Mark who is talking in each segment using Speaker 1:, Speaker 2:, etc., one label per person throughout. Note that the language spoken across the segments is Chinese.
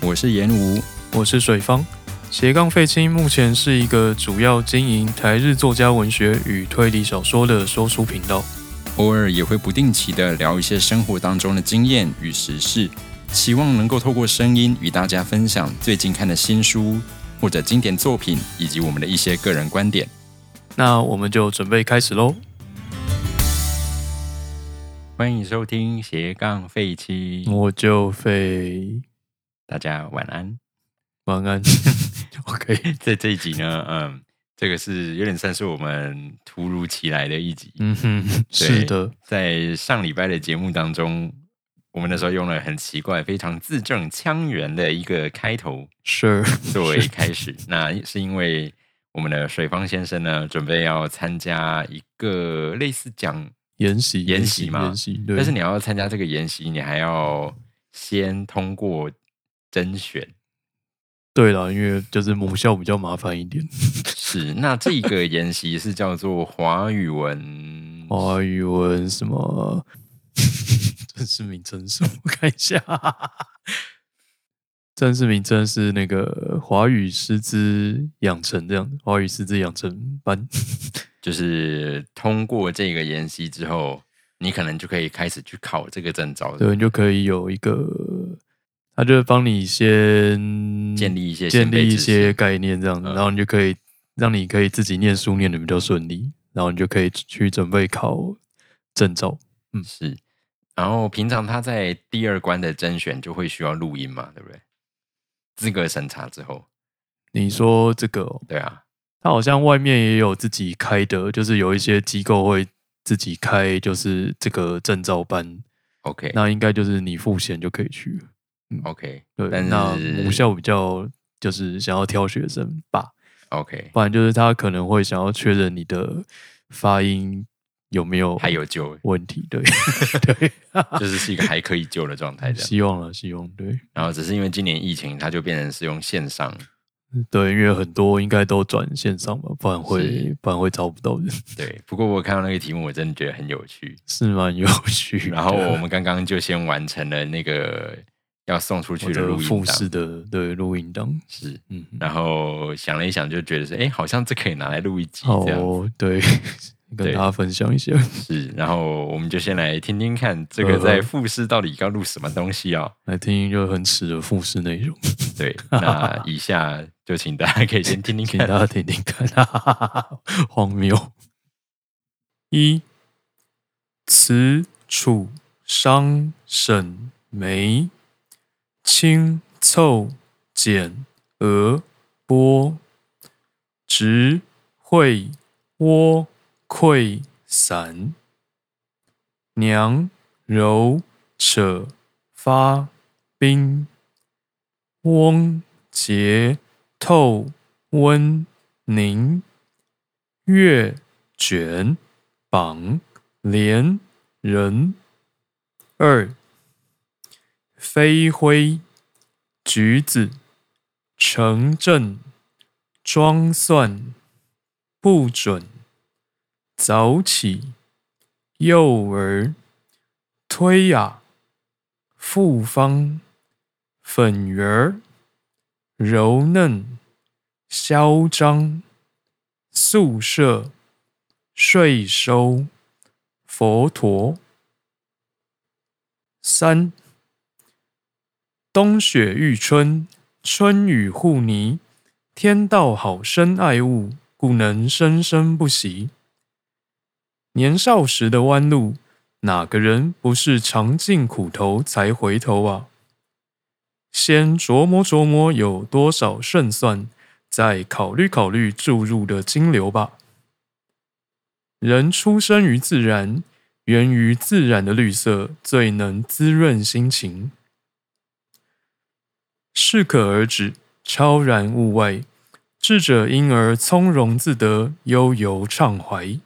Speaker 1: 我是严吴。
Speaker 2: 我是水方。斜杠废青目前是一个主要经营台日作家文学与推理小说的说书频道。
Speaker 1: 偶尔也会不定期的聊一些生活当中的经验与时事，期望能够透过声音与大家分享最近看的新书或者经典作品，以及我们的一些个人观点。
Speaker 2: 那我们就准备开始喽。
Speaker 1: 欢迎收听斜杠废 七，
Speaker 2: 我就废，
Speaker 1: 大家晚安。
Speaker 2: 晚安。OK，
Speaker 1: 在这一集呢，嗯，这个是有点算是我们突如其来的一集。
Speaker 2: 嗯哼，是的，
Speaker 1: 在上礼拜的节目当中，我们那时候用了很奇怪、非常字正腔圆的一个开头
Speaker 2: 是
Speaker 1: 作为开始。那是因为我们的水方先生呢，准备要参加一个类似讲，
Speaker 2: 研习，
Speaker 1: 研习嘛
Speaker 2: 研习。对，
Speaker 1: 但是你要参加这个研习，你还要先通过甄选。
Speaker 2: 对了，因为就是母校比较麻烦一点，，
Speaker 1: 是，那这个研习是叫做华语文
Speaker 2: 华语文什么， 正式名称是什么？我看一下， 正式名称是那个华语师资养成这样，华语师资养成班。
Speaker 1: 就是通过这个研习之后，你可能就可以开始去考这个证照，
Speaker 2: 对，你就可以有一个，他就会帮你先
Speaker 1: 建立一些
Speaker 2: 建
Speaker 1: 先辈
Speaker 2: 立一
Speaker 1: 知识
Speaker 2: 些概念，这样子，
Speaker 1: 嗯
Speaker 2: 然后你就可以让你可以自己念书念的比较顺利，然后你就可以去准备考证照。
Speaker 1: 是。然后平常他在第二关的甄选就会需要录音嘛，对不对？资格审查之后，
Speaker 2: 你说这个哦、
Speaker 1: 对啊，
Speaker 2: 他好像外面也有自己开的，就是有一些机构会自己开，就是这个证照班，
Speaker 1: OK
Speaker 2: 那应该就是你付钱就可以去了。
Speaker 1: OK，
Speaker 2: 对，
Speaker 1: 但
Speaker 2: 那
Speaker 1: 是
Speaker 2: 母校比较就是想要挑学生吧，
Speaker 1: OK
Speaker 2: 不然就是他可能会想要确认你的发音有没有
Speaker 1: 还有救，
Speaker 2: 问题， 对对，
Speaker 1: 就是是一个还可以救的状态 这样。
Speaker 2: 希望了，希望对
Speaker 1: 然后只是因为今年疫情，它就变成是用线上，
Speaker 2: 对，因为很多应该都转线上吧，不然会
Speaker 1: 是
Speaker 2: 不然会招不到人，
Speaker 1: 对。不过我看到那个题目，我真的觉得很有趣。
Speaker 2: 是蛮有趣的。
Speaker 1: 然后我们刚刚就先完成了那个要送出
Speaker 2: 我
Speaker 1: 去的
Speaker 2: 的
Speaker 1: 录
Speaker 2: 复
Speaker 1: 音档，
Speaker 2: 试的对录音档，
Speaker 1: 是。
Speaker 2: 嗯，
Speaker 1: 然后想了一想，就觉得是，哎，好像这可以拿来录一集
Speaker 2: 好
Speaker 1: 这样。
Speaker 2: 哦，对， 跟
Speaker 1: 对
Speaker 2: 大家分享一下。
Speaker 1: 是，然后我们就先来听听看这个
Speaker 2: 嗯哼
Speaker 1: 在复试到底要录什么东西哦。
Speaker 2: 来听一个很耻的复试内容，
Speaker 1: 对， 那以下就请大家可以先听听
Speaker 2: 请
Speaker 1: 看。
Speaker 2: 大家听听看，哈哈哈哈荒谬。一，此楚商沈眉，清凑简俄波，直会窝溃散，娘柔扯发冰。翁杰透温宁，月卷榜连人。二，飞灰橘子城镇装蒜不准早起幼儿推雅复方。粉圆儿、柔嫩、嚣张、宿舍、税收、佛陀。三，冬雪遇春，春雨护泥，天道好生爱物，故能生生不息。年少时的弯路，哪个人不是尝尽苦头才回头啊？先琢磨琢磨有多少胜算，再考虑考虑注入的金流吧。人出生于自然，源于自然的绿色最能滋润心情。适可而止，超然物外，智者因而从容自得，悠游畅怀。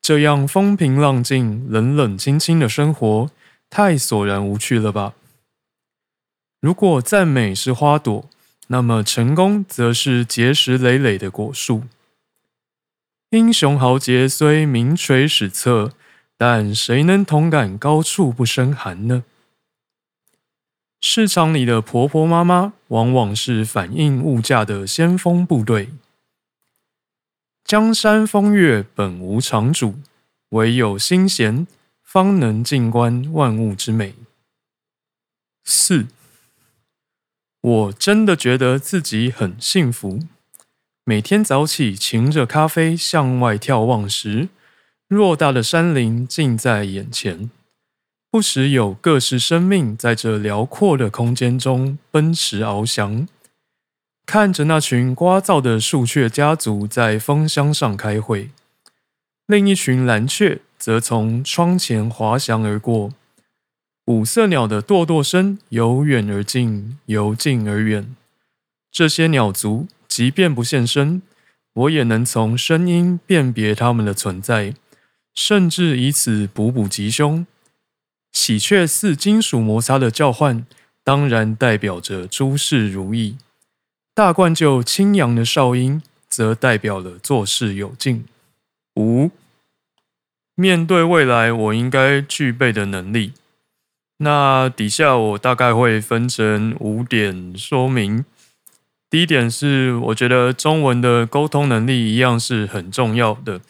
Speaker 2: 这样风平浪静、冷冷清清的生活，太索然无趣了吧？如果赞美是花朵，那么成功则是结实累累的果树。英雄豪杰虽名垂史册，但谁能同感高处不胜寒呢？市场里的婆婆妈妈往往是反映物价的先锋部队。江山风月本无常主，唯有心闲，方能静观万物之美。四，我真的觉得自己很幸福。每天早起，擎着咖啡向外眺望时，偌大的山林近在眼前，不时有各式生命在这辽阔的空间中奔驰翱翔。看着那群聒噪的树雀家族在枫箱上开会，另一群蓝雀则从窗前滑翔而过。五色鸟的堕堕声由远而近，由近而远。这些鸟族即便不现身，我也能从声音辨别它们的存在，甚至以此补补吉凶。喜鹊似金属摩擦的叫唤，当然代表着诸事如意；大冠鹫清扬的哨音，则代表了做事有劲。五，面对未来我应该具备的能力。那底下我大概会分成五点说明。第一点是，我觉得中文的沟通能力一样是很重要的，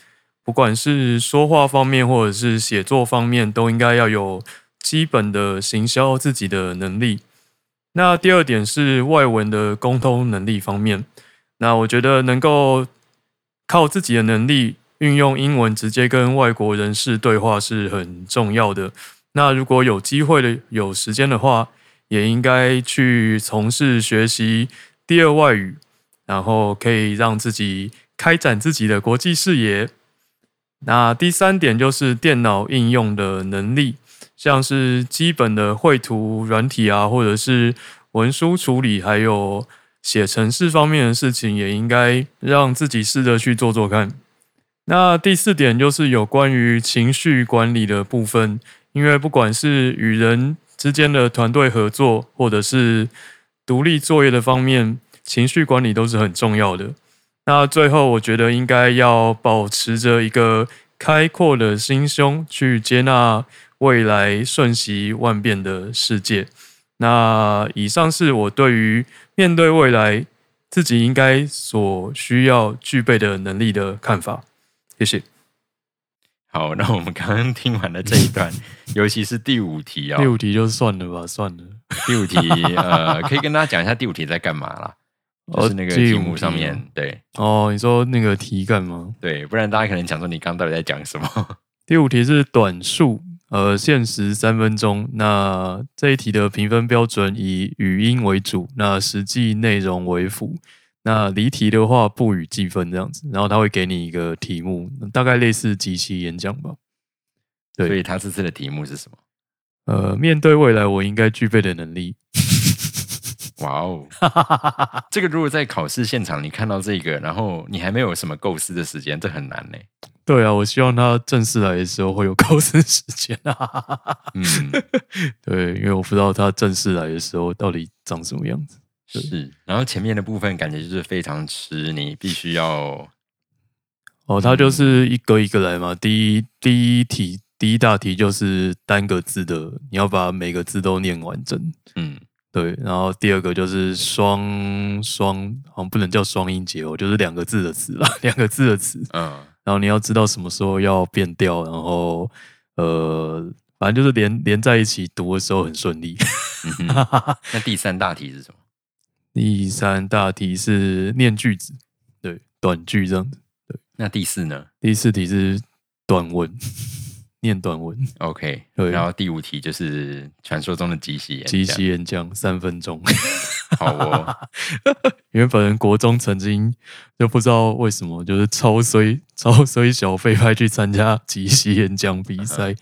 Speaker 2: 不管是说话方面或者是写作方面，都应该要有基本的行销自己的能力。那第二点是外文的沟通能力方面，那我觉得能够靠自己的能力运用英文直接跟外国人士对话是很重要的。那如果有机会的、有时间的话，也应该去从事学习第二外语，然后可以让自己开展自己的国际视野。那第三点就是电脑应用的能力，像是基本的绘图软体啊，或者是文书处理，还有写程式方面的事情，也应该让自己试着去做做看。那第四点就是有关于情绪管理的部分。因为不管是与人之间的团队合作，或者是独立作业的方面，情绪管理都是很重要的。那最后，我觉得应该要保持着一个开阔的心胸，去接纳未来瞬息万变的世界。那以上是我对于面对未来自己应该所需要具备的能力的看法。谢谢。
Speaker 1: 好，那我们刚刚听完了这一 段，尤其是第五题
Speaker 2: 第
Speaker 1: 哦，
Speaker 2: 五题就算了吧，算了。
Speaker 1: 第五题呃，可以跟大家讲一下第五题在干嘛啦，
Speaker 2: 哦
Speaker 1: 就是那个
Speaker 2: 第
Speaker 1: 题
Speaker 2: 五
Speaker 1: 目上
Speaker 2: 题
Speaker 1: 面，
Speaker 2: 哦
Speaker 1: 对
Speaker 2: 哦，你说那个题干吗？
Speaker 1: 对，不然大家可能想说你刚刚到底在讲什么？
Speaker 2: 第五题是短数，呃，限时三分钟。那这一题的评分标准以语音为主，那实际内容为辅。那离题的话不予计分这样子，然后他会给你一个题目，大概类似即席演讲吧。 对
Speaker 1: 所以他这次的题目是什么？
Speaker 2: 呃，面对未来我应该具备的能力，
Speaker 1: 哇哦，这个如果在考试现场你看到这个，然后你还没有什么构思的时间，这很难呢。
Speaker 2: 对啊，我希望他正式来的时候会有构思时间啊。
Speaker 1: 嗯，
Speaker 2: 对，因为我不知道他正式来的时候到底长什么样子。
Speaker 1: 是。然后前面的部分感觉就是非常吃，你必须要
Speaker 2: 哦，它就是一个一个来嘛。第一第一题第一大题就是单个字的，你要把每个字都念完整。
Speaker 1: 嗯
Speaker 2: 对，然后第二个就是双双，好像不能叫双音节哦，就是两个字的词啦，两个字的词。
Speaker 1: 嗯
Speaker 2: 然后你要知道什么时候要变调，然后呃，反正就是连连在一起读的时候很顺利。
Speaker 1: 嗯哼。那第三大题是什么？
Speaker 2: 第三大题是念句子，对，短句这样子。
Speaker 1: 那第四呢
Speaker 2: 第四题是短文， 念短文。
Speaker 1: ？OK，
Speaker 2: 对
Speaker 1: 然后第五题就是传说中的即席演讲
Speaker 2: 即席演讲三分钟，
Speaker 1: 好哦，
Speaker 2: 因为本人国中曾经就不知道为什么，就是超衰超衰小费派去参加即席演讲比赛，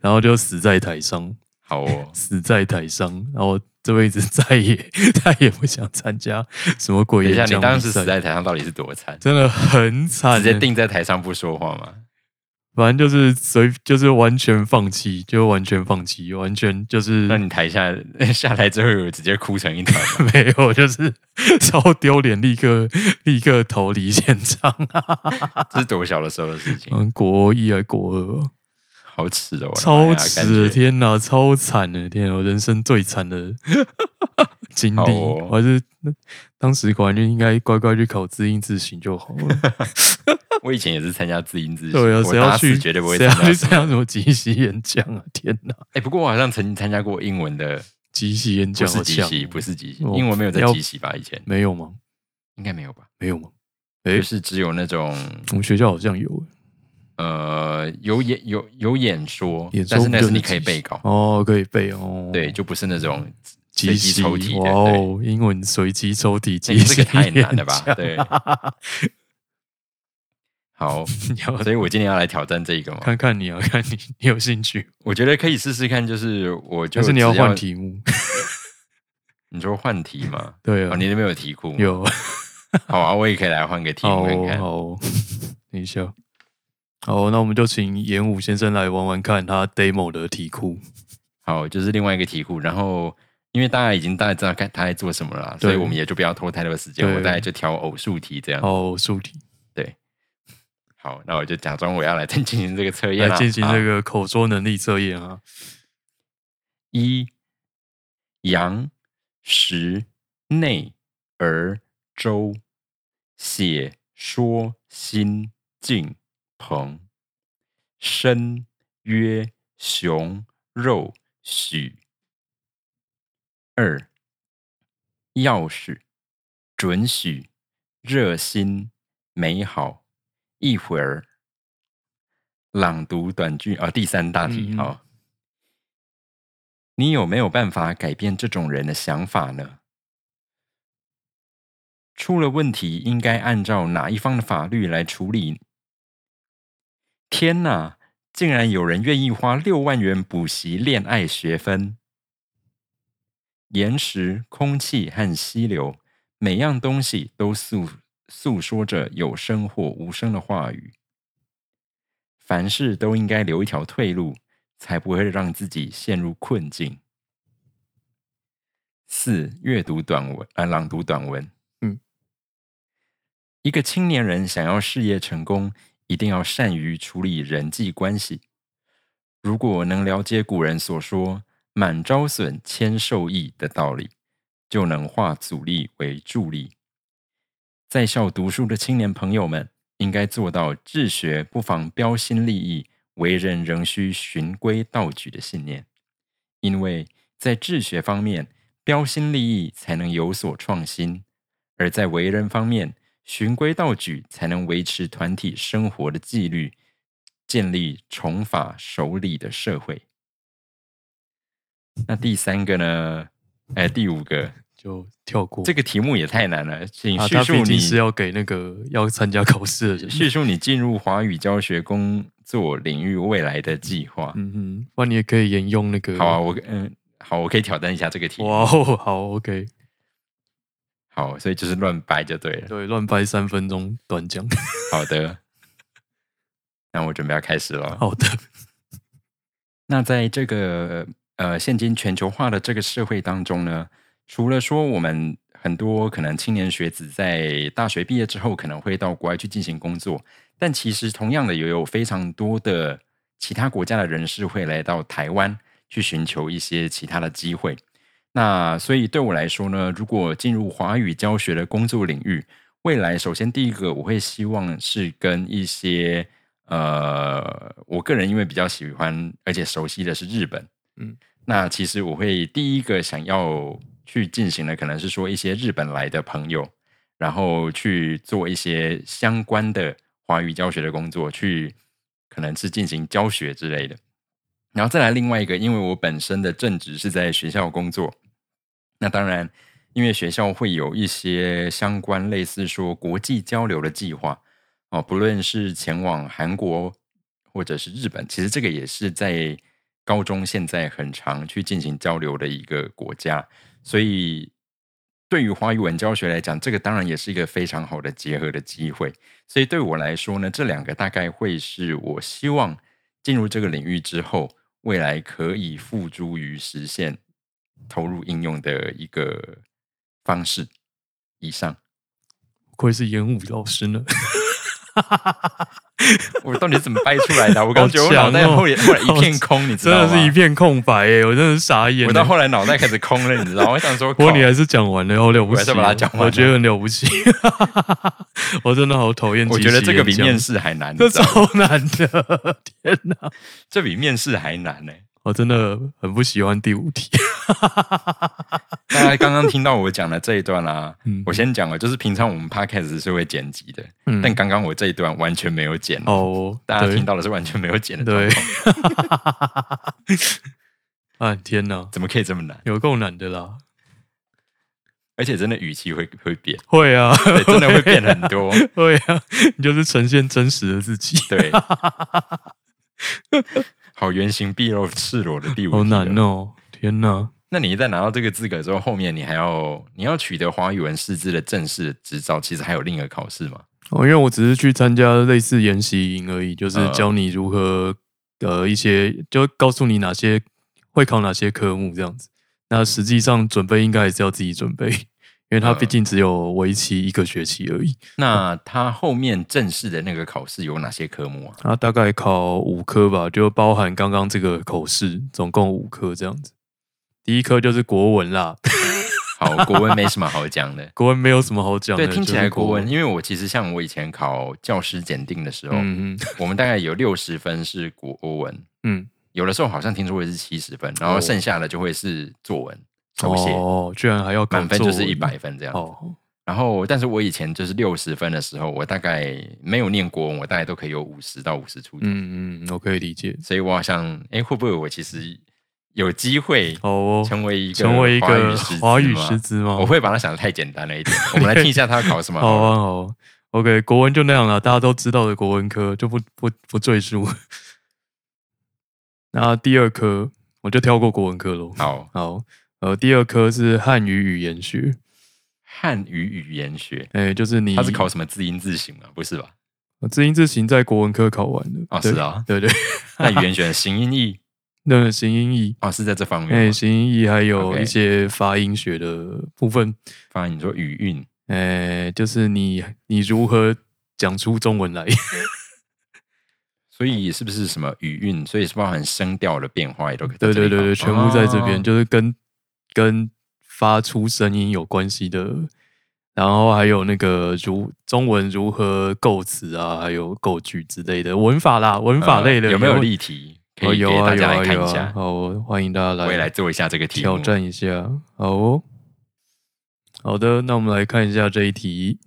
Speaker 2: 然后就死在台上，
Speaker 1: 好 哦，
Speaker 2: 死在台上，然后这辈子 再也再也不想参加什么鬼
Speaker 1: 等一下，
Speaker 2: 演
Speaker 1: 你
Speaker 2: 讲
Speaker 1: 当
Speaker 2: 比
Speaker 1: 时死
Speaker 2: 赛，
Speaker 1: 在台上到底是多惨？
Speaker 2: 真的很惨
Speaker 1: 直接
Speaker 2: 欸、
Speaker 1: 定在台上不说话吗？
Speaker 2: 反正就是随就是完全放弃，就完全放弃，完全就是
Speaker 1: 那你台下 下来之后有直接哭成一团吗？
Speaker 2: 没有，就是 超丢脸，立刻立刻逃离现场。啊 哦
Speaker 1: 这是多小的时候的事情？
Speaker 2: 嗯，国一还国二吧，
Speaker 1: 好耻哦，我的妈呀
Speaker 2: 超
Speaker 1: 感
Speaker 2: 惨
Speaker 1: 觉
Speaker 2: 的！天哪，超惨的天哪，我人生最惨的 经历。
Speaker 1: 好哦
Speaker 2: 我还是当时果然就应该乖乖去考自音自省就好了。
Speaker 1: 我以前也是参加自音自
Speaker 2: 对啊，
Speaker 1: 我
Speaker 2: 谁
Speaker 1: 打
Speaker 2: 要
Speaker 1: 死
Speaker 2: 去？
Speaker 1: 绝对不会
Speaker 2: 谁
Speaker 1: 参
Speaker 2: 要
Speaker 1: 加什
Speaker 2: 去参
Speaker 1: 么。
Speaker 2: 加什么即席演讲啊？ 天哪，
Speaker 1: 哎，不过我好像曾经参加过英文的，
Speaker 2: 即席演
Speaker 1: 不
Speaker 2: 讲
Speaker 1: 是
Speaker 2: 好
Speaker 1: 集
Speaker 2: 像
Speaker 1: 习，不是集习，
Speaker 2: 哦
Speaker 1: 英文没有在
Speaker 2: 要
Speaker 1: 集习吧？以前
Speaker 2: 没有吗？
Speaker 1: 应该没有吧？
Speaker 2: 没有吗？
Speaker 1: 就
Speaker 2: 诶，
Speaker 1: 是只有那种
Speaker 2: 我们学校好像有欸诶
Speaker 1: 呃有演有有演说
Speaker 2: 演，
Speaker 1: 但
Speaker 2: 说
Speaker 1: 是
Speaker 2: 不
Speaker 1: 那
Speaker 2: 就是
Speaker 1: 你
Speaker 2: 即
Speaker 1: 可以
Speaker 2: 席
Speaker 1: 背稿，
Speaker 2: 哦，可以背哦。
Speaker 1: 对，就不是那种随
Speaker 2: 即
Speaker 1: 机
Speaker 2: 席
Speaker 1: 抽题的。
Speaker 2: 哇
Speaker 1: 对，
Speaker 2: 哦，英文随机抽题，
Speaker 1: 那
Speaker 2: 即
Speaker 1: 个这
Speaker 2: 席
Speaker 1: 个太难了吧
Speaker 2: 演？讲
Speaker 1: 对， 好，
Speaker 2: 你要
Speaker 1: 所以我今天要来挑战这一个嘛。
Speaker 2: 看看你啊，看你你有 兴趣，
Speaker 1: 我觉得可以试试看，就是我就
Speaker 2: 但是你要
Speaker 1: 只
Speaker 2: 换，题目。
Speaker 1: 你说换题嘛？
Speaker 2: 对
Speaker 1: 哦，
Speaker 2: 啊，
Speaker 1: 你那边有题库吗？
Speaker 2: 有
Speaker 1: 好啊，我也可以来换 个题
Speaker 2: 好
Speaker 1: 目看
Speaker 2: 哦
Speaker 1: 看。
Speaker 2: 好哦，等一下。好，那我们就请演武先生来玩玩看他 demo 的题库。
Speaker 1: 好，就是另外一个题库。然后，因为大家已经大概知道看他在做什么了啦，
Speaker 2: 对
Speaker 1: 所以我们也就不要拖太多时间。
Speaker 2: 对
Speaker 1: 我大概就挑偶数题这样。
Speaker 2: 哦，数题
Speaker 1: 好，那我就假装我要来 进行这个测验
Speaker 2: 来
Speaker 1: 啦。啊
Speaker 2: 进行
Speaker 1: 好
Speaker 2: 这个口说能力测验啊。
Speaker 1: 一阳实内而周，写说心静朋，身曰雄肉许。二要是准许热心美好一会儿。朗读短句啊、第三大题
Speaker 2: 嗯
Speaker 1: 好。你有没有办法改变这种人的想法呢？出了问题，应该按照哪一方的法律来处理？天哪！竟然有人愿意花六万元补习恋爱学分。岩石、空气和溪流，每样东西都诉诉说着有声或无声的话语。凡事都应该留一条退路，才不会让自己陷入困境。四、阅读短文，呃，朗读短文。
Speaker 2: 嗯，
Speaker 1: 一个青年人想要事业成功，一定要善于处理人际关系。如果能了解古人所说“满招损，谦受益”的道理，就能化阻力为助力。在校读书的青年朋友们，应该做到治学不妨标新立异，为人仍需循规蹈矩的信念，因为在治学方面，标新立异才能有所创新；而在为人方面，循规蹈矩才能维持团体生活的纪律，建立崇法守礼的社会。那第三个呢？哎，第五个，
Speaker 2: 就跳过
Speaker 1: 这个题目也太难了，请
Speaker 2: 啊，
Speaker 1: 叙
Speaker 2: 他
Speaker 1: 述
Speaker 2: 毕
Speaker 1: 你、
Speaker 2: 竟是要给那个要参加考试的人。
Speaker 1: 叙述你进入华语教学工作领域未来的计划。
Speaker 2: 嗯哼，不然你也可以沿用那个。
Speaker 1: 好啊，我嗯，好，我可以挑战一下这个题。
Speaker 2: 哇哦，好，OK，
Speaker 1: 好，所以就是乱掰就对了。
Speaker 2: 对，乱掰三分钟短讲。
Speaker 1: 好的，那我准备要开始了。
Speaker 2: 好的，
Speaker 1: 那在这个呃现今全球化的这个社会当中呢，除了说我们很多可能青年学子在大学毕业之后可能会到国外去进行工作，但其实同样的也有非常多的其他国家的人士会来到台湾去寻求一些其他的机会。那所以对我来说呢，如果进入华语教学的工作领域，未来首先第一个我会希望是跟一些呃，我个人因为比较喜欢而且熟悉的是日本，
Speaker 2: 嗯，
Speaker 1: 那其实我会第一个想要去进行的可能是说一些日本来的朋友，然后去做一些相关的华语教学的工作，去可能是进行教学之类的。然后再来另外一个，因为我本身的正职是在学校工作，那当然，因为学校会有一些相关类似说国际交流的计划哦，不论是前往韩国或者是日本，其实这个也是在高中现在很常去进行交流的一个国家，所以对于华语文教学来讲，这个当然也是一个非常好的结合的机会。所以对我来说呢，这两个大概会是我希望进入这个领域之后，未来可以付诸于实现、投入应用的一个方式。以上，
Speaker 2: 不愧是演武老师呢。
Speaker 1: 我到底是怎么掰出来 的啊？我感觉我
Speaker 2: 好强
Speaker 1: 脑
Speaker 2: 哦
Speaker 1: 袋后来后来一片空，你知
Speaker 2: 真
Speaker 1: 道
Speaker 2: 的
Speaker 1: 吗？
Speaker 2: 是一片空白耶、我真的是傻眼
Speaker 1: 我
Speaker 2: 了
Speaker 1: 到。后来脑袋开始空了，你知道吗？我想说，
Speaker 2: 不过你
Speaker 1: 靠
Speaker 2: 还是讲完了，好了不
Speaker 1: 我
Speaker 2: 起
Speaker 1: 还是把它讲完了
Speaker 2: 我觉得很了不起。 我真的好讨厌
Speaker 1: 我
Speaker 2: 即
Speaker 1: 觉
Speaker 2: 席演讲，
Speaker 1: 得这个比面试还难，
Speaker 2: 这
Speaker 1: 你知道吗
Speaker 2: 超难的， 天哪！
Speaker 1: 这比面试还难呢、
Speaker 2: 我真的很不喜欢第五题。
Speaker 1: 大家刚刚听到我讲的这一段啦、
Speaker 2: 嗯
Speaker 1: 我先讲了，哦就是平常我们 podcast 是会剪辑的，
Speaker 2: 嗯
Speaker 1: 但刚刚我这一段完全没有剪，
Speaker 2: 哦，
Speaker 1: 大家
Speaker 2: 对
Speaker 1: 听到的是完全没有剪的
Speaker 2: 对
Speaker 1: 状况，，
Speaker 2: 啊天哪，
Speaker 1: 怎么可以这么难？
Speaker 2: 有够难的啦！
Speaker 1: 而且真的语气会会 变，
Speaker 2: 会啊，
Speaker 1: 对，真的会变很多。
Speaker 2: 会啊，你就是呈现真实的自己，
Speaker 1: 对，好原形毕露、赤裸的第五，
Speaker 2: 好难。哦！天哪，
Speaker 1: 那你一旦拿到这个资格之后，后面你还要你要取得华语文师资的正式执照，其实还有另一个考试嘛？
Speaker 2: 哦，因为我只是去参加类似研习营而已，就是
Speaker 1: 嗯
Speaker 2: 教你如何呃一些，就告诉你哪些会考哪些科目这样子。那实际上准备应该还是要自己准备，因为它毕
Speaker 1: 嗯
Speaker 2: 竟只有为期一个学期而已。
Speaker 1: 那他后面正式的那个考试有哪些科目啊？
Speaker 2: 它大概考五科吧，就包含刚刚这个口试，总共五科这样子。第一科就是国文啦，。
Speaker 1: 好，国文没什么好讲的
Speaker 2: 国文没有什么好讲的，
Speaker 1: 对，听起
Speaker 2: 就是
Speaker 1: 来国文，，因为我其实像我以前考教师检定的时候，
Speaker 2: 嗯嗯
Speaker 1: 我们大概有六十分是国文，
Speaker 2: 嗯，
Speaker 1: 有的时候好像听说会是七十分，然后
Speaker 2: 哦
Speaker 1: 剩下的就会是作文、手写，
Speaker 2: 哦，居然还要搞
Speaker 1: 满分就是
Speaker 2: 作文
Speaker 1: 一百分这样。
Speaker 2: 哦，
Speaker 1: 然后，但是我以前就是六十分的时候，我大概没有念国文，我大概都可以有五十到五十出头，
Speaker 2: 嗯嗯，我可以理解，
Speaker 1: 所以我好像，哎，会不会我其实有机会
Speaker 2: 好哦，
Speaker 1: 成为一个
Speaker 2: 成为一个华
Speaker 1: 华
Speaker 2: 语
Speaker 1: 语
Speaker 2: 师
Speaker 1: 师资
Speaker 2: 资吗
Speaker 1: 吗？我会把它想的太简单了一 点。我们来听一下他考什么
Speaker 2: 好
Speaker 1: 好了。
Speaker 2: 啊好啊，OK，国文就那样了，大家都知道的国文科就不不不赘述。 那第二科我就跳过国文科喽。
Speaker 1: 好，
Speaker 2: 好，呃，第二科是汉语语言学，
Speaker 1: 汉语语言学，
Speaker 2: 哎、就是你呃
Speaker 1: 它是考什么字音字形啊？不是吧？
Speaker 2: 字音字形在国文科考完的
Speaker 1: 哦
Speaker 2: 对
Speaker 1: 是啊
Speaker 2: 对对，
Speaker 1: 那语言学的形音义
Speaker 2: 那形音义，
Speaker 1: 哦，是在这方
Speaker 2: 哎、
Speaker 1: 面吗。
Speaker 2: 形音义还有
Speaker 1: OK
Speaker 2: 一些发音学的部分，
Speaker 1: 反正你说语韵，
Speaker 2: 哎、就是你你如何讲出中文来，
Speaker 1: 所以是不是什么语韵？所以是包含声调的变化也都可以在
Speaker 2: 对
Speaker 1: 这
Speaker 2: 对
Speaker 1: 里
Speaker 2: 对
Speaker 1: 考。
Speaker 2: 对，全部在这边，
Speaker 1: 哦
Speaker 2: 就是跟跟发出声音有关系的。然后还有那个如中文如何构词啊，还有构句之类的文法啦，文法
Speaker 1: 呃
Speaker 2: 类的、
Speaker 1: 有没有例题可
Speaker 2: 哦，
Speaker 1: 以
Speaker 2: 有
Speaker 1: 给
Speaker 2: 啊
Speaker 1: 大
Speaker 2: 有
Speaker 1: 家
Speaker 2: 啊
Speaker 1: 来看
Speaker 2: 有
Speaker 1: 一
Speaker 2: 啊
Speaker 1: 下，？
Speaker 2: 好哦，欢迎大家
Speaker 1: 我也来
Speaker 2: 来
Speaker 1: 啊做一下这个题目
Speaker 2: 挑。战一下。好哦，好的，那我们来看一下这一题，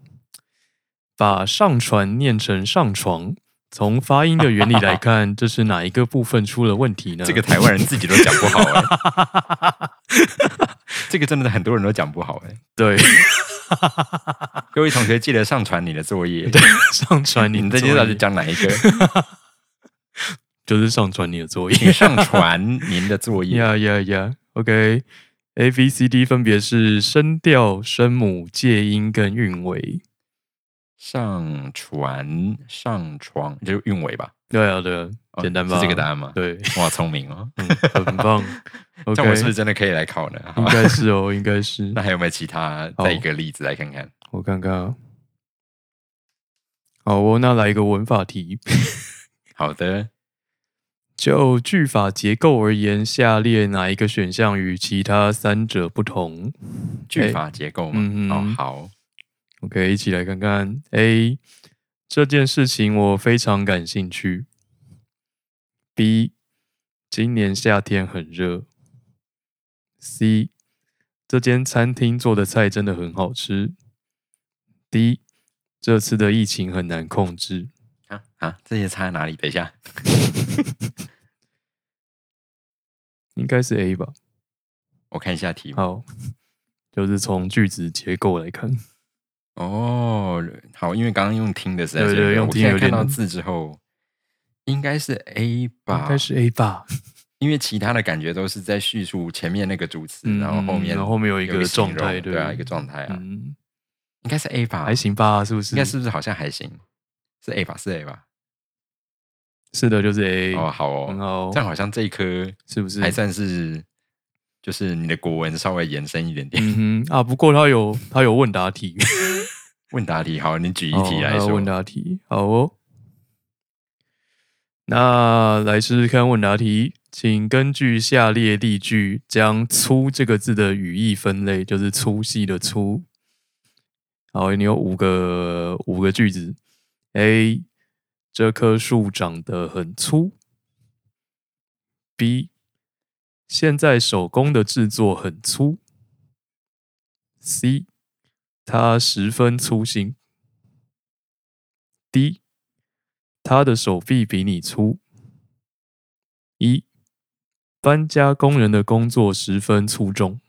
Speaker 2: 把上传念成上床，从发音的原理来看，这是哪一个部分出了问题呢？
Speaker 1: 这个台湾人自己都讲不好哎、 这个真的很多人都讲不好哎、
Speaker 2: 对
Speaker 1: 各位同学记得上传你的作业，
Speaker 2: 上传
Speaker 1: 你
Speaker 2: 你
Speaker 1: 这
Speaker 2: 的
Speaker 1: 些到
Speaker 2: 作
Speaker 1: 底
Speaker 2: 业，
Speaker 1: 讲哪一个？
Speaker 2: 就是上传你的 作
Speaker 1: 请
Speaker 2: 业。
Speaker 1: 上传您的作业。
Speaker 2: 呀呀呀，OK。A、B、C、D 分别是声调、声母、介音跟韵尾。
Speaker 1: 上传上床就是韵尾吧？
Speaker 2: 对啊，对啊，
Speaker 1: 哦
Speaker 2: 简单吧？
Speaker 1: 是这个答案吗？，
Speaker 2: 对，
Speaker 1: 哇，聪明哦！
Speaker 2: 嗯很棒。
Speaker 1: 这
Speaker 2: OK，
Speaker 1: 样我是不是真的可以来考呢？好
Speaker 2: 应该是哦，应该是
Speaker 1: 那。还有没有其他
Speaker 2: 好
Speaker 1: 再一个例子来看看？
Speaker 2: 我看看啊。好哦，那来一个文法题。
Speaker 1: 好的，
Speaker 2: 就句法结构而言，下列哪一个选项与其他三者不同
Speaker 1: 句法结构
Speaker 2: 嗯
Speaker 1: 嘛。
Speaker 2: 嗯
Speaker 1: 哦，好，
Speaker 2: ？OK，一起来看看。A，这件事情我非常感兴趣。B，今年夏天很热。C，这间餐厅做的菜真的很好吃。D，这次的疫情很难控制。
Speaker 1: 啊啊，这些差在哪里？等一下，
Speaker 2: 应该是 A 吧？
Speaker 1: 我看一下题目。
Speaker 2: 好，就是从句子结构来看，
Speaker 1: 哦，好，因为刚刚用听的实在是有
Speaker 2: 对对
Speaker 1: 点
Speaker 2: 用
Speaker 1: 我
Speaker 2: 听
Speaker 1: 现在
Speaker 2: 有
Speaker 1: 看
Speaker 2: 点
Speaker 1: 到字之后，应该是 A 吧？
Speaker 2: 应该是 A 吧？
Speaker 1: 因为其他的感觉都是在叙述前面那个主词，
Speaker 2: 嗯
Speaker 1: 然后后
Speaker 2: 嗯
Speaker 1: 面
Speaker 2: 然后后面有
Speaker 1: 有
Speaker 2: 一
Speaker 1: 个
Speaker 2: 个
Speaker 1: 形
Speaker 2: 状态，
Speaker 1: 容对啊，一个状态啊，
Speaker 2: 嗯，
Speaker 1: 应该是 A 吧？
Speaker 2: 还，行吧？是不是？
Speaker 1: 应该是不是好像还行？是 A 吧？是 A 吧？
Speaker 2: 是的，就是 A，
Speaker 1: 哦，好
Speaker 2: 很
Speaker 1: 哦，
Speaker 2: 好
Speaker 1: 这，样好像这一科
Speaker 2: 是不是？
Speaker 1: 还算是就是你的国文稍微延伸一点点。
Speaker 2: 嗯嗯哼啊，不过他有他有问答题，
Speaker 1: 问答题好，你举一
Speaker 2: 哦
Speaker 1: 题来
Speaker 2: 还有
Speaker 1: 说。
Speaker 2: 问答题，好哦。那来试试看问答题，请根据下列例句将“粗”这个字的语义分类，就是粗细的“粗”。好，你有五个五个句子。A. 这棵树长得很粗。B. 现在手工的制作很粗。C. 它十分粗心。D，他的手臂比你粗。一，搬家工人的工作十分粗重。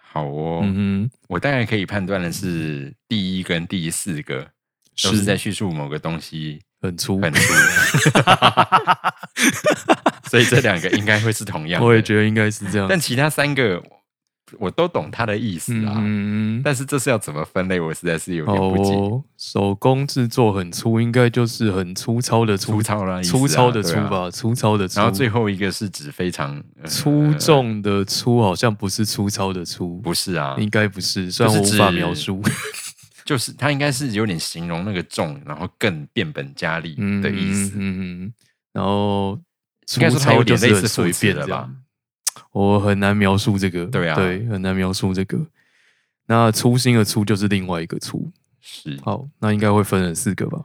Speaker 1: 好哦，
Speaker 2: 嗯哼，
Speaker 1: 我大概可以判断的是第一跟第四个都是在叙述某个东西
Speaker 2: 很粗。
Speaker 1: 很粗， 所以这两个应该会是同样的。
Speaker 2: 我也觉得应该是这样。
Speaker 1: 但其他三个我都懂他的意思
Speaker 2: 嗯
Speaker 1: 啊，
Speaker 2: 嗯嗯
Speaker 1: 但是这是要怎么分类，我实在是有
Speaker 2: 好
Speaker 1: 点不解。
Speaker 2: 哦，手工制作很粗，应该就是很粗糙的粗
Speaker 1: 粗、糙啦，
Speaker 2: 粗糙的粗
Speaker 1: 对啊
Speaker 2: 吧，粗糙的粗。
Speaker 1: 然后最后一个是指非常、呃
Speaker 2: 粗，重的粗好像不是粗糙的粗，
Speaker 1: 不是啊，
Speaker 2: 应该不是，虽然我无法描述。
Speaker 1: 就是它应该是有点形容那个重，然后更变本加厉
Speaker 2: 嗯
Speaker 1: 的意思。
Speaker 2: 嗯嗯嗯，然后
Speaker 1: 应该
Speaker 2: 粗
Speaker 1: 说它
Speaker 2: 糙
Speaker 1: 有
Speaker 2: 就
Speaker 1: 点
Speaker 2: 是
Speaker 1: 类
Speaker 2: 很
Speaker 1: 似
Speaker 2: 随
Speaker 1: 副词
Speaker 2: 便
Speaker 1: 了
Speaker 2: 这
Speaker 1: 吧
Speaker 2: 样？。我很难描述这个，
Speaker 1: 对啊
Speaker 2: 对，很难描述这个。那粗心的粗就是另外一个粗，
Speaker 1: 是，
Speaker 2: 好，那应该会分成四个
Speaker 1: 哦
Speaker 2: 吧，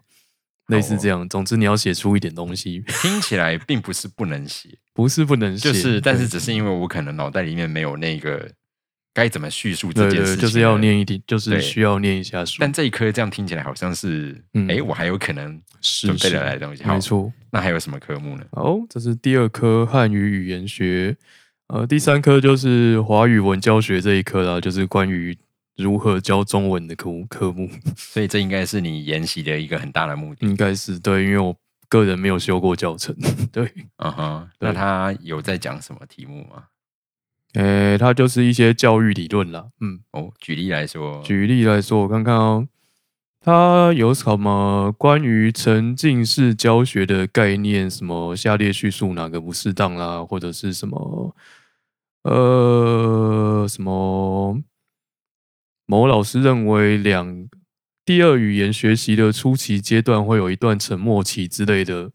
Speaker 2: 类似这样。总之你要写出一点东西，
Speaker 1: 听起来并不是不能写，
Speaker 2: 不 是不能写，
Speaker 1: 就是但是
Speaker 2: 对嗯
Speaker 1: 只是因为我可能脑袋里面没有那个该怎么叙述这
Speaker 2: 对
Speaker 1: 件事
Speaker 2: 对，
Speaker 1: 情，
Speaker 2: 就是要。念一点，就是
Speaker 1: 对
Speaker 2: 需要念一下书，
Speaker 1: 但这一科这样听起来好像是，哎、
Speaker 2: 嗯
Speaker 1: 我还有可能
Speaker 2: 是
Speaker 1: 准备
Speaker 2: 是
Speaker 1: 得来的东西。好
Speaker 2: 没，错。
Speaker 1: 那还有什么科目呢？
Speaker 2: 好，这是第二科汉语语言学，呃，第三科就是华语文教学这一科啦，就是关于如何教中文的科科目，
Speaker 1: 所以这应该是你研习的一个很大的目的。
Speaker 2: 应该是对，因为我个人没有修过教程，对，
Speaker 1: 嗯哼，
Speaker 2: 对
Speaker 1: 那他有在讲什么题目吗？
Speaker 2: 呃，它就是一些教育理论啦，嗯，
Speaker 1: 哦，举例来说，
Speaker 2: 举例来说，我看看哦，它有什么关于沉浸式教学的概念？什么下列叙述哪个不适当啦，或者是什么呃什么？某老师认为两第二语言学习的初期阶段会有一段沉默期之类的，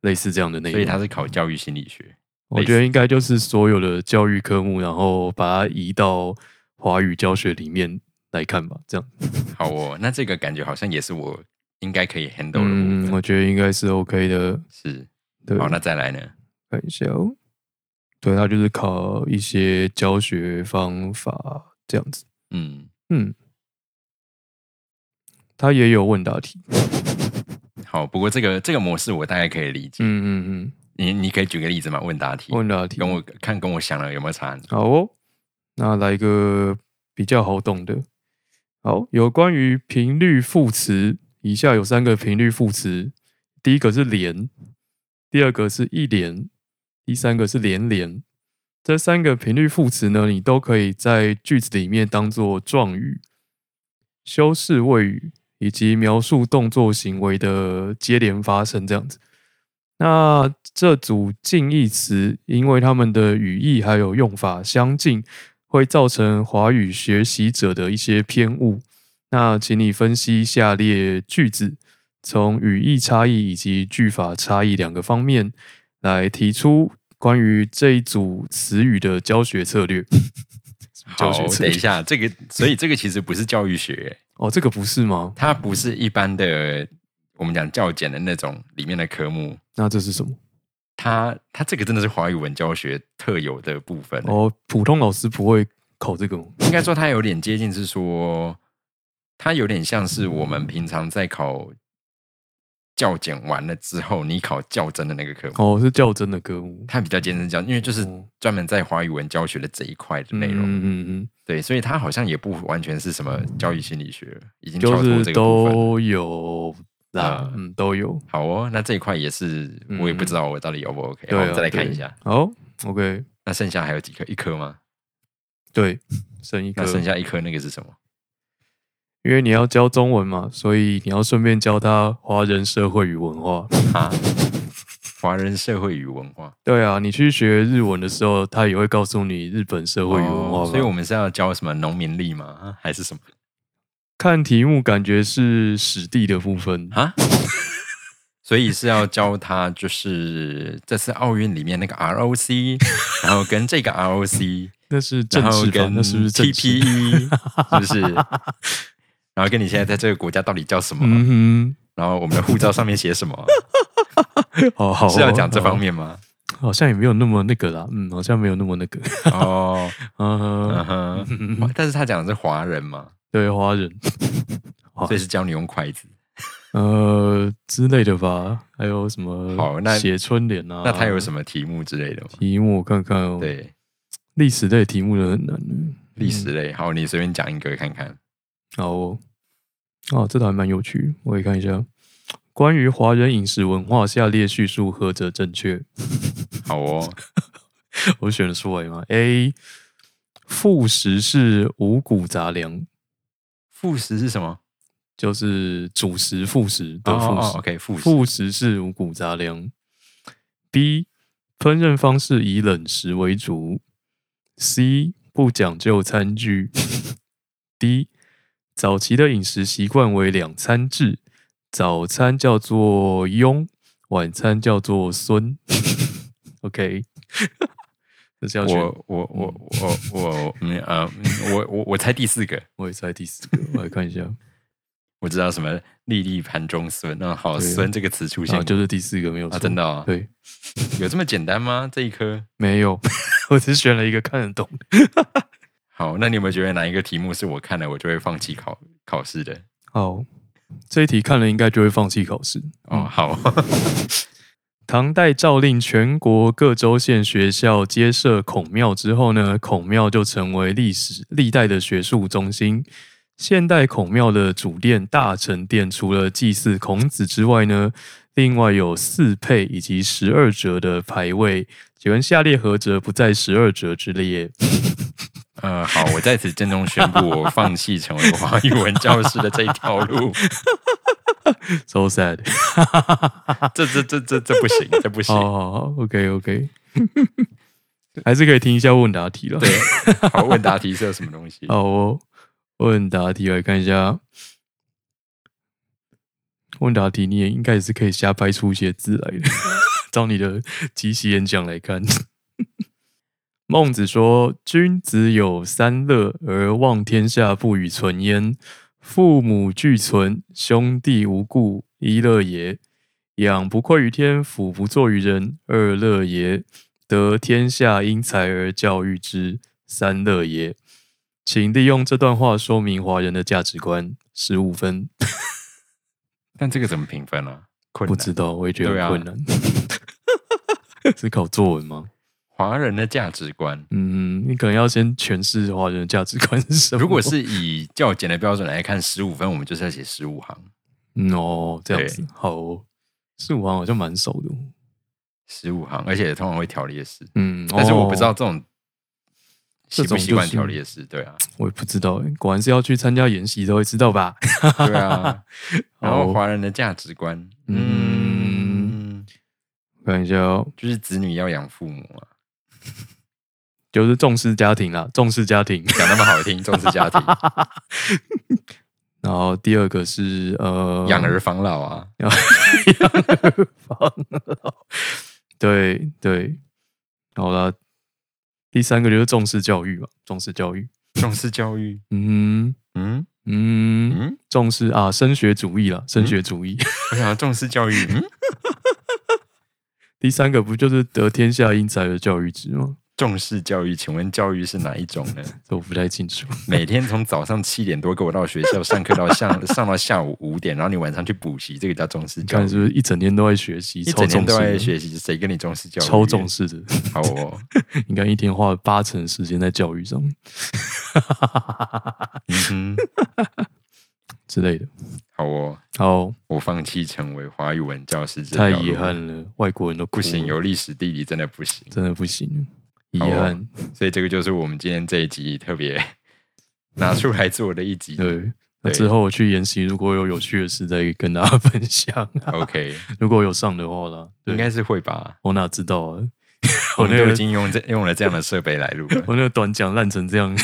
Speaker 2: 类似这样的内
Speaker 1: 所以
Speaker 2: 容。
Speaker 1: 他是考教育心理学。
Speaker 2: 我觉得应该就是所有的教育科目，然后把它移到华语教学里面来看吧，这样。
Speaker 1: 好 哦，那这个感觉好像也是我应该可以 handle 的部
Speaker 2: 嗯，
Speaker 1: 分。
Speaker 2: 我觉得应该是 OK 的。
Speaker 1: 是，
Speaker 2: 对，
Speaker 1: 好，那再来呢？
Speaker 2: 看一下哦。对，它就是考一些教学方法这样子。
Speaker 1: 嗯，
Speaker 2: 嗯，它也有问答题。
Speaker 1: 好，不过这个这个模式我大概可以理解。
Speaker 2: 嗯嗯
Speaker 1: 你你可以举个例子吗？问答题
Speaker 2: 嗯，，问答题。
Speaker 1: 跟我看跟我想了有没有差？
Speaker 2: 好哦，那来个比较好懂的。好，有关于频率副词，以下有三个频率副词，第一个是连，第二个是一连，第三个是连连。这三个频率副词呢，你都可以在句子里面当做状语、修饰谓语以及描述动作行为的接连发生这样子。那这组近义词，因为它们的语义还有用法相近，会造成华语学习者的一些偏误。那请你分析下列句子，从语义差异以及句法差异两个方面来提出关于这一组词语的教学 策略。
Speaker 1: 好
Speaker 2: 教学，策
Speaker 1: 等
Speaker 2: 略
Speaker 1: 一下，这个所以这个其实不是教育学，
Speaker 2: 哦，这个不是吗？
Speaker 1: 它不是一般的我们讲教检的那种里面的科目，
Speaker 2: 那这是什么？
Speaker 1: 它它这个真的是华语文教学特有的部分。
Speaker 2: 哦，普通老师不会考这个吗？
Speaker 1: 应该说它有点接近是说，它有点像是我们平常在考教检完了之后，你考教真的那个科目，
Speaker 2: 哦，是较真的歌舞。
Speaker 1: 它比较接近教，因为就是专门在华语文教学的这一块的内容。
Speaker 2: 嗯嗯
Speaker 1: 对，所以它好像也不完全是什么教育心理学，已经
Speaker 2: 嗯，
Speaker 1: 跳
Speaker 2: 就
Speaker 1: 脱
Speaker 2: 是
Speaker 1: 这个部分。
Speaker 2: 都有啦
Speaker 1: 啊，
Speaker 2: 嗯，都有。
Speaker 1: 好哦，那这一块也是
Speaker 2: 嗯
Speaker 1: 我也不知道我到底 O 不 OK，、哎
Speaker 2: 对
Speaker 1: 好，
Speaker 2: 啊
Speaker 1: 我们再来看
Speaker 2: 对
Speaker 1: 一下。
Speaker 2: 好，OK，
Speaker 1: 那剩下还有几科？一科吗？
Speaker 2: 对，剩一
Speaker 1: 那
Speaker 2: 个，
Speaker 1: 剩下一科那个是什么？
Speaker 2: 因为你要教中文嘛，所以你要顺便教他华人社会与文化。
Speaker 1: 啊，华人社会与文化。
Speaker 2: 对啊，你去学日文的时候，他也会
Speaker 1: 哦
Speaker 2: 告诉你日本社会与文化吧、
Speaker 1: 啊哦所以我们是要教什么农民历吗？还是什么？
Speaker 2: 看题目感觉是史地的部分，
Speaker 1: 啊？ 所以是要教他，就是这次奥运里面那个 ROC，然后跟这个 ROC，
Speaker 2: 那是政
Speaker 1: 然后
Speaker 2: 治吧？
Speaker 1: 跟
Speaker 2: 那是不是政治？
Speaker 1: TPE，是不 是？然后跟你现在在这个国家到底叫什么？
Speaker 2: 嗯
Speaker 1: 然后我们的护照上面写什么？
Speaker 2: 哼，好好
Speaker 1: 是要讲这方
Speaker 2: 面，
Speaker 1: 面吗？
Speaker 2: 好像也没有那么那个啦，嗯，好像没有那么那个，
Speaker 1: 哦，嗯
Speaker 2: 嗯，
Speaker 1: 哼，哇但是他讲的是华人嘛，
Speaker 2: 对，华人，华哦
Speaker 1: 所以是教你用筷子。
Speaker 2: 呃之类的吧，还有什么？
Speaker 1: 好那
Speaker 2: 写春联啊，
Speaker 1: 那他有
Speaker 2: 么
Speaker 1: 什么题目之类的吗？
Speaker 2: 题目？我看看哦，，
Speaker 1: 对，
Speaker 2: 历史类题目都很难的，
Speaker 1: 历史
Speaker 2: 嗯
Speaker 1: 类，好，你随便讲一个看看。
Speaker 2: 好哦，哦，这倒还蛮有趣，我也看一下。关于华人饮食文化，下列叙述何者正确？
Speaker 1: 好哦，
Speaker 2: 我选了出来嘛？A，副食是五谷杂粮，
Speaker 1: 副食是什么？
Speaker 2: 就是主食、副食的副食。
Speaker 1: 哦，OK，副食。
Speaker 2: 副食是五谷杂粮。B，烹饪方式以冷食为主。C，不讲究餐具。D，早期的饮食习惯为两餐制，早餐叫做庸，晚餐叫做孙。OK，这是要选，
Speaker 1: 我我我我我嗯呃，嗯我我我猜第四个，
Speaker 2: 我也猜第四 个，我来看一下，
Speaker 1: 我知道什么粒粒盘中孙，那好“
Speaker 2: 对
Speaker 1: 孙”这个词出现
Speaker 2: 啊，
Speaker 1: 过
Speaker 2: 就是第四个没有
Speaker 1: 啊，
Speaker 2: 错
Speaker 1: 真的哦，
Speaker 2: 对，
Speaker 1: 有这么简单吗？这一科
Speaker 2: 没有， 我只选了一个看得懂的。
Speaker 1: 好，那你有没有觉得哪一个题目是我看了我就会放弃考考试的？
Speaker 2: 好，这一题看了应该就会放弃考试。
Speaker 1: 哦，好，
Speaker 2: 唐代诏令全国各州县学校皆设孔庙之后呢，孔庙就成为历史历代的学术中心。现代孔庙的主殿大成殿，除了祭祀孔子之外呢，另外有四配以及十二哲的牌位。请问下列何哲不在十二哲之列？
Speaker 1: 呃，好，我在此郑重宣布，我放弃成为华语文教师的这一条 路，
Speaker 2: so sad。
Speaker 1: 这这这这这不 行，这不行。
Speaker 2: 好好好，OK OK，还是可以听一下问答题了。
Speaker 1: 对，好，问答题是有什么东西？
Speaker 2: 好哦，问答题来看一下。问答题你也应该也是可以瞎掰出一些字来的， 照你的即席演讲来看。孟子说：“君子有三乐，而望天下不与存焉。父母俱存，兄弟无故，一乐也；仰不愧于天，俯不怍于人，二乐也；得天下因才而教育之，三乐也。”请利用这段话说明华人的价值观。十五分，
Speaker 1: 但这个怎么评分啊？困
Speaker 2: 不
Speaker 1: 难。
Speaker 2: 知道，我也觉得
Speaker 1: 对啊
Speaker 2: 很困难。 是考作文吗？
Speaker 1: 华人的价值观，
Speaker 2: 嗯，你可能要先诠释华人的价值观是什么。
Speaker 1: 如果是以较简的标准来看，十五分我们就是要写十五行，
Speaker 2: 嗯哦，这样
Speaker 1: 对
Speaker 2: 子好、哦，四五行好像蛮熟的哦。
Speaker 1: 十五行，而且通常会调列式，
Speaker 2: 嗯，
Speaker 1: 但是我不
Speaker 2: 哦
Speaker 1: 知道这种习
Speaker 2: 这
Speaker 1: 不
Speaker 2: 种
Speaker 1: 习
Speaker 2: 就
Speaker 1: 惯
Speaker 2: 是
Speaker 1: 调列式，对啊，
Speaker 2: 我也不知道欸，果然是要去参加演习才会知道吧？
Speaker 1: 对啊。然后
Speaker 2: 好
Speaker 1: 华人的价值观，
Speaker 2: 嗯
Speaker 1: 嗯，
Speaker 2: 看一下、哦，
Speaker 1: 就是子女要养父母啊，
Speaker 2: 就是重视家庭啦，重视家庭。
Speaker 1: 讲那么好听，重视家 庭，
Speaker 2: 嗯然后第二个是呃，
Speaker 1: 养儿防老啊，
Speaker 2: 放了。 对对，好了，第三个就是重视教育嘛，重视教育。
Speaker 1: 重视教育，
Speaker 2: 嗯
Speaker 1: 嗯
Speaker 2: 嗯，
Speaker 1: 嗯，
Speaker 2: 重视啊，升学主义啦，升学主义。
Speaker 1: 我想要重视教育，嗯，
Speaker 2: 第三个不就是得天下英才而教育之吗？
Speaker 1: 重视教育，请问教育是哪一种呢？
Speaker 2: 这我不太清楚。
Speaker 1: 每天从早上七点多给我到学校上课到下 上到下午五点，然后你晚上去补习，这个叫重视
Speaker 2: 你
Speaker 1: 教
Speaker 2: 看
Speaker 1: 育
Speaker 2: 是。不是一整天都在学习，
Speaker 1: 一
Speaker 2: 超
Speaker 1: 整
Speaker 2: 重
Speaker 1: 天
Speaker 2: 视
Speaker 1: 都在
Speaker 2: 的，
Speaker 1: 学习，谁跟你重视教育？
Speaker 2: 超重视的。
Speaker 1: 好哦，
Speaker 2: 你看一天花了八成的时间在教育上面
Speaker 1: 嗯哼，
Speaker 2: 之类的。
Speaker 1: 好 哦，
Speaker 2: 好，
Speaker 1: 我放弃成为华语文教师这条
Speaker 2: 太
Speaker 1: 路，
Speaker 2: 遗憾了，外国人都哭
Speaker 1: 不行，
Speaker 2: 了
Speaker 1: 有历史地理真的不行，
Speaker 2: 真的不行，遗
Speaker 1: 好哦
Speaker 2: 憾。
Speaker 1: 所以这个就是我们今天这一集特 别拿出来做的一集。
Speaker 2: 对，那
Speaker 1: 对
Speaker 2: 之后我去研习，如果有有趣的事再跟大家分享、啊
Speaker 1: OK，
Speaker 2: 如果有上的话啦，对
Speaker 1: 应该是会吧？
Speaker 2: 我哪知道 啊？
Speaker 1: 我
Speaker 2: 我
Speaker 1: 们
Speaker 2: 那
Speaker 1: 都已
Speaker 2: 个
Speaker 1: 经用这用了这样的设备来录了。
Speaker 2: 我那个短讲烂成这样，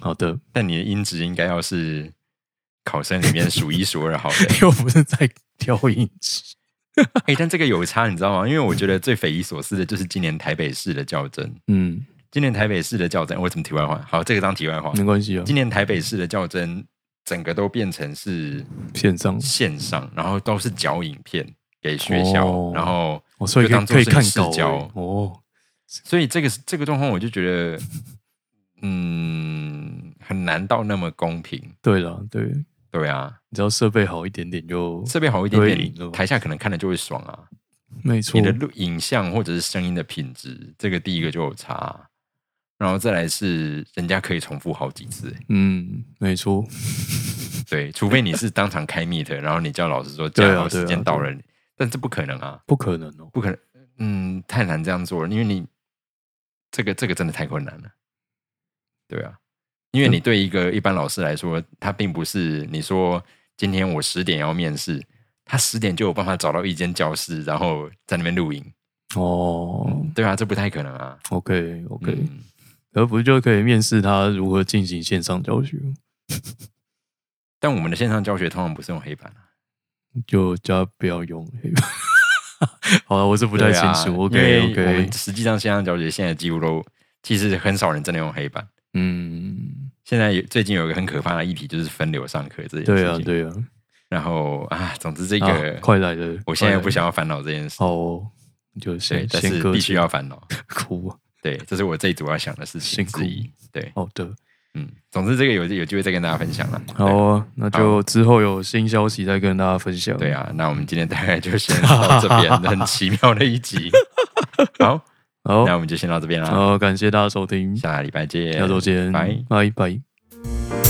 Speaker 2: 好的，
Speaker 1: 但你的音质应该要是考生里面数一数二好 的。
Speaker 2: 又不是在挑音质。
Speaker 1: 哎、但这个有差，你知道吗？因为我觉得最匪夷所思的就是今年台北市的较真。
Speaker 2: 嗯，
Speaker 1: 今年台北市的较真，我怎么题外话？好，这个当题外话。
Speaker 2: 没关系啊，
Speaker 1: 今年台北市的较真，整个都变成是
Speaker 2: 线上
Speaker 1: 线上，然后都是脚影片给学校，
Speaker 2: 嗯哦
Speaker 1: 然后
Speaker 2: 哦，所以
Speaker 1: 就当
Speaker 2: 可以可
Speaker 1: 做
Speaker 2: 以
Speaker 1: 是
Speaker 2: 看
Speaker 1: 视
Speaker 2: 稿
Speaker 1: 角
Speaker 2: 欸哦。
Speaker 1: 所以这个这个状况，我就觉得，嗯，很难到那么公平。
Speaker 2: 对了，对，你
Speaker 1: 对啊，
Speaker 2: 只要设备好一点点就
Speaker 1: 设备好一点
Speaker 2: 对
Speaker 1: 点，
Speaker 2: 你
Speaker 1: 台下可能看了就会爽啊。
Speaker 2: 没错
Speaker 1: 你。的录影像或者是声音的品质，这个第一个就有差、啊然后再来是人家可以重复好几次、欸
Speaker 2: 嗯，没错。
Speaker 1: 对，除非你是当场开 meet，然后你叫老师说
Speaker 2: 对啊
Speaker 1: 加好
Speaker 2: 对啊
Speaker 1: 时间到
Speaker 2: 对
Speaker 1: 了，但这不可能啊，
Speaker 2: 不可能哦。
Speaker 1: 不可能，嗯，太难这样做了，因为你这个这个真的太困难了，对啊，因
Speaker 2: 嗯
Speaker 1: 为你对一个一般老师来说，他并不是你说今天我十点要面试，他十点就有办法找到一间教室，然后在那边录影，
Speaker 2: 哦
Speaker 1: 对啊，这不太可能啊，
Speaker 2: ，OK OK，
Speaker 1: 嗯，
Speaker 2: 而不是就可以面试他如何进行线上教学，
Speaker 1: 但我们的线上教学通常不是用黑板啊，
Speaker 2: 就叫他不要用黑 板。好了，我是不太清楚。
Speaker 1: 对啊
Speaker 2: OK
Speaker 1: 因为我
Speaker 2: OK，
Speaker 1: 们实际上线上教学现在几乎都其实很少人真的用黑板。
Speaker 2: 嗯，
Speaker 1: 现在有最近有一个很可怕的议题，就是分流上课这件事情。
Speaker 2: 对啊对啊，
Speaker 1: 然后啊，总之这
Speaker 2: 啊
Speaker 1: 个、
Speaker 2: 快来了，
Speaker 1: 我现在不
Speaker 2: 快来了
Speaker 1: 想要烦恼这件事，
Speaker 2: 哦，你就
Speaker 1: 对
Speaker 2: 先，
Speaker 1: 但
Speaker 2: 先
Speaker 1: 是
Speaker 2: 搁
Speaker 1: 必须
Speaker 2: 浅
Speaker 1: 要烦恼。
Speaker 2: 哭。
Speaker 1: 对，这是我这一组要想的事情
Speaker 2: 辛苦
Speaker 1: 之一。对，
Speaker 2: 好的，
Speaker 1: 嗯，总之这个有有机会再跟大家分享了。
Speaker 2: 好啊，那就之后有新消息再跟大家分享。
Speaker 1: 对，对，啊，那我们今天大概就先到这 边，很奇妙的一集。好，
Speaker 2: 好，
Speaker 1: 那我们就先到这边啦，
Speaker 2: 好，感谢大家收听，
Speaker 1: 下礼拜见，
Speaker 2: 下周见，
Speaker 1: 拜。
Speaker 2: 拜拜。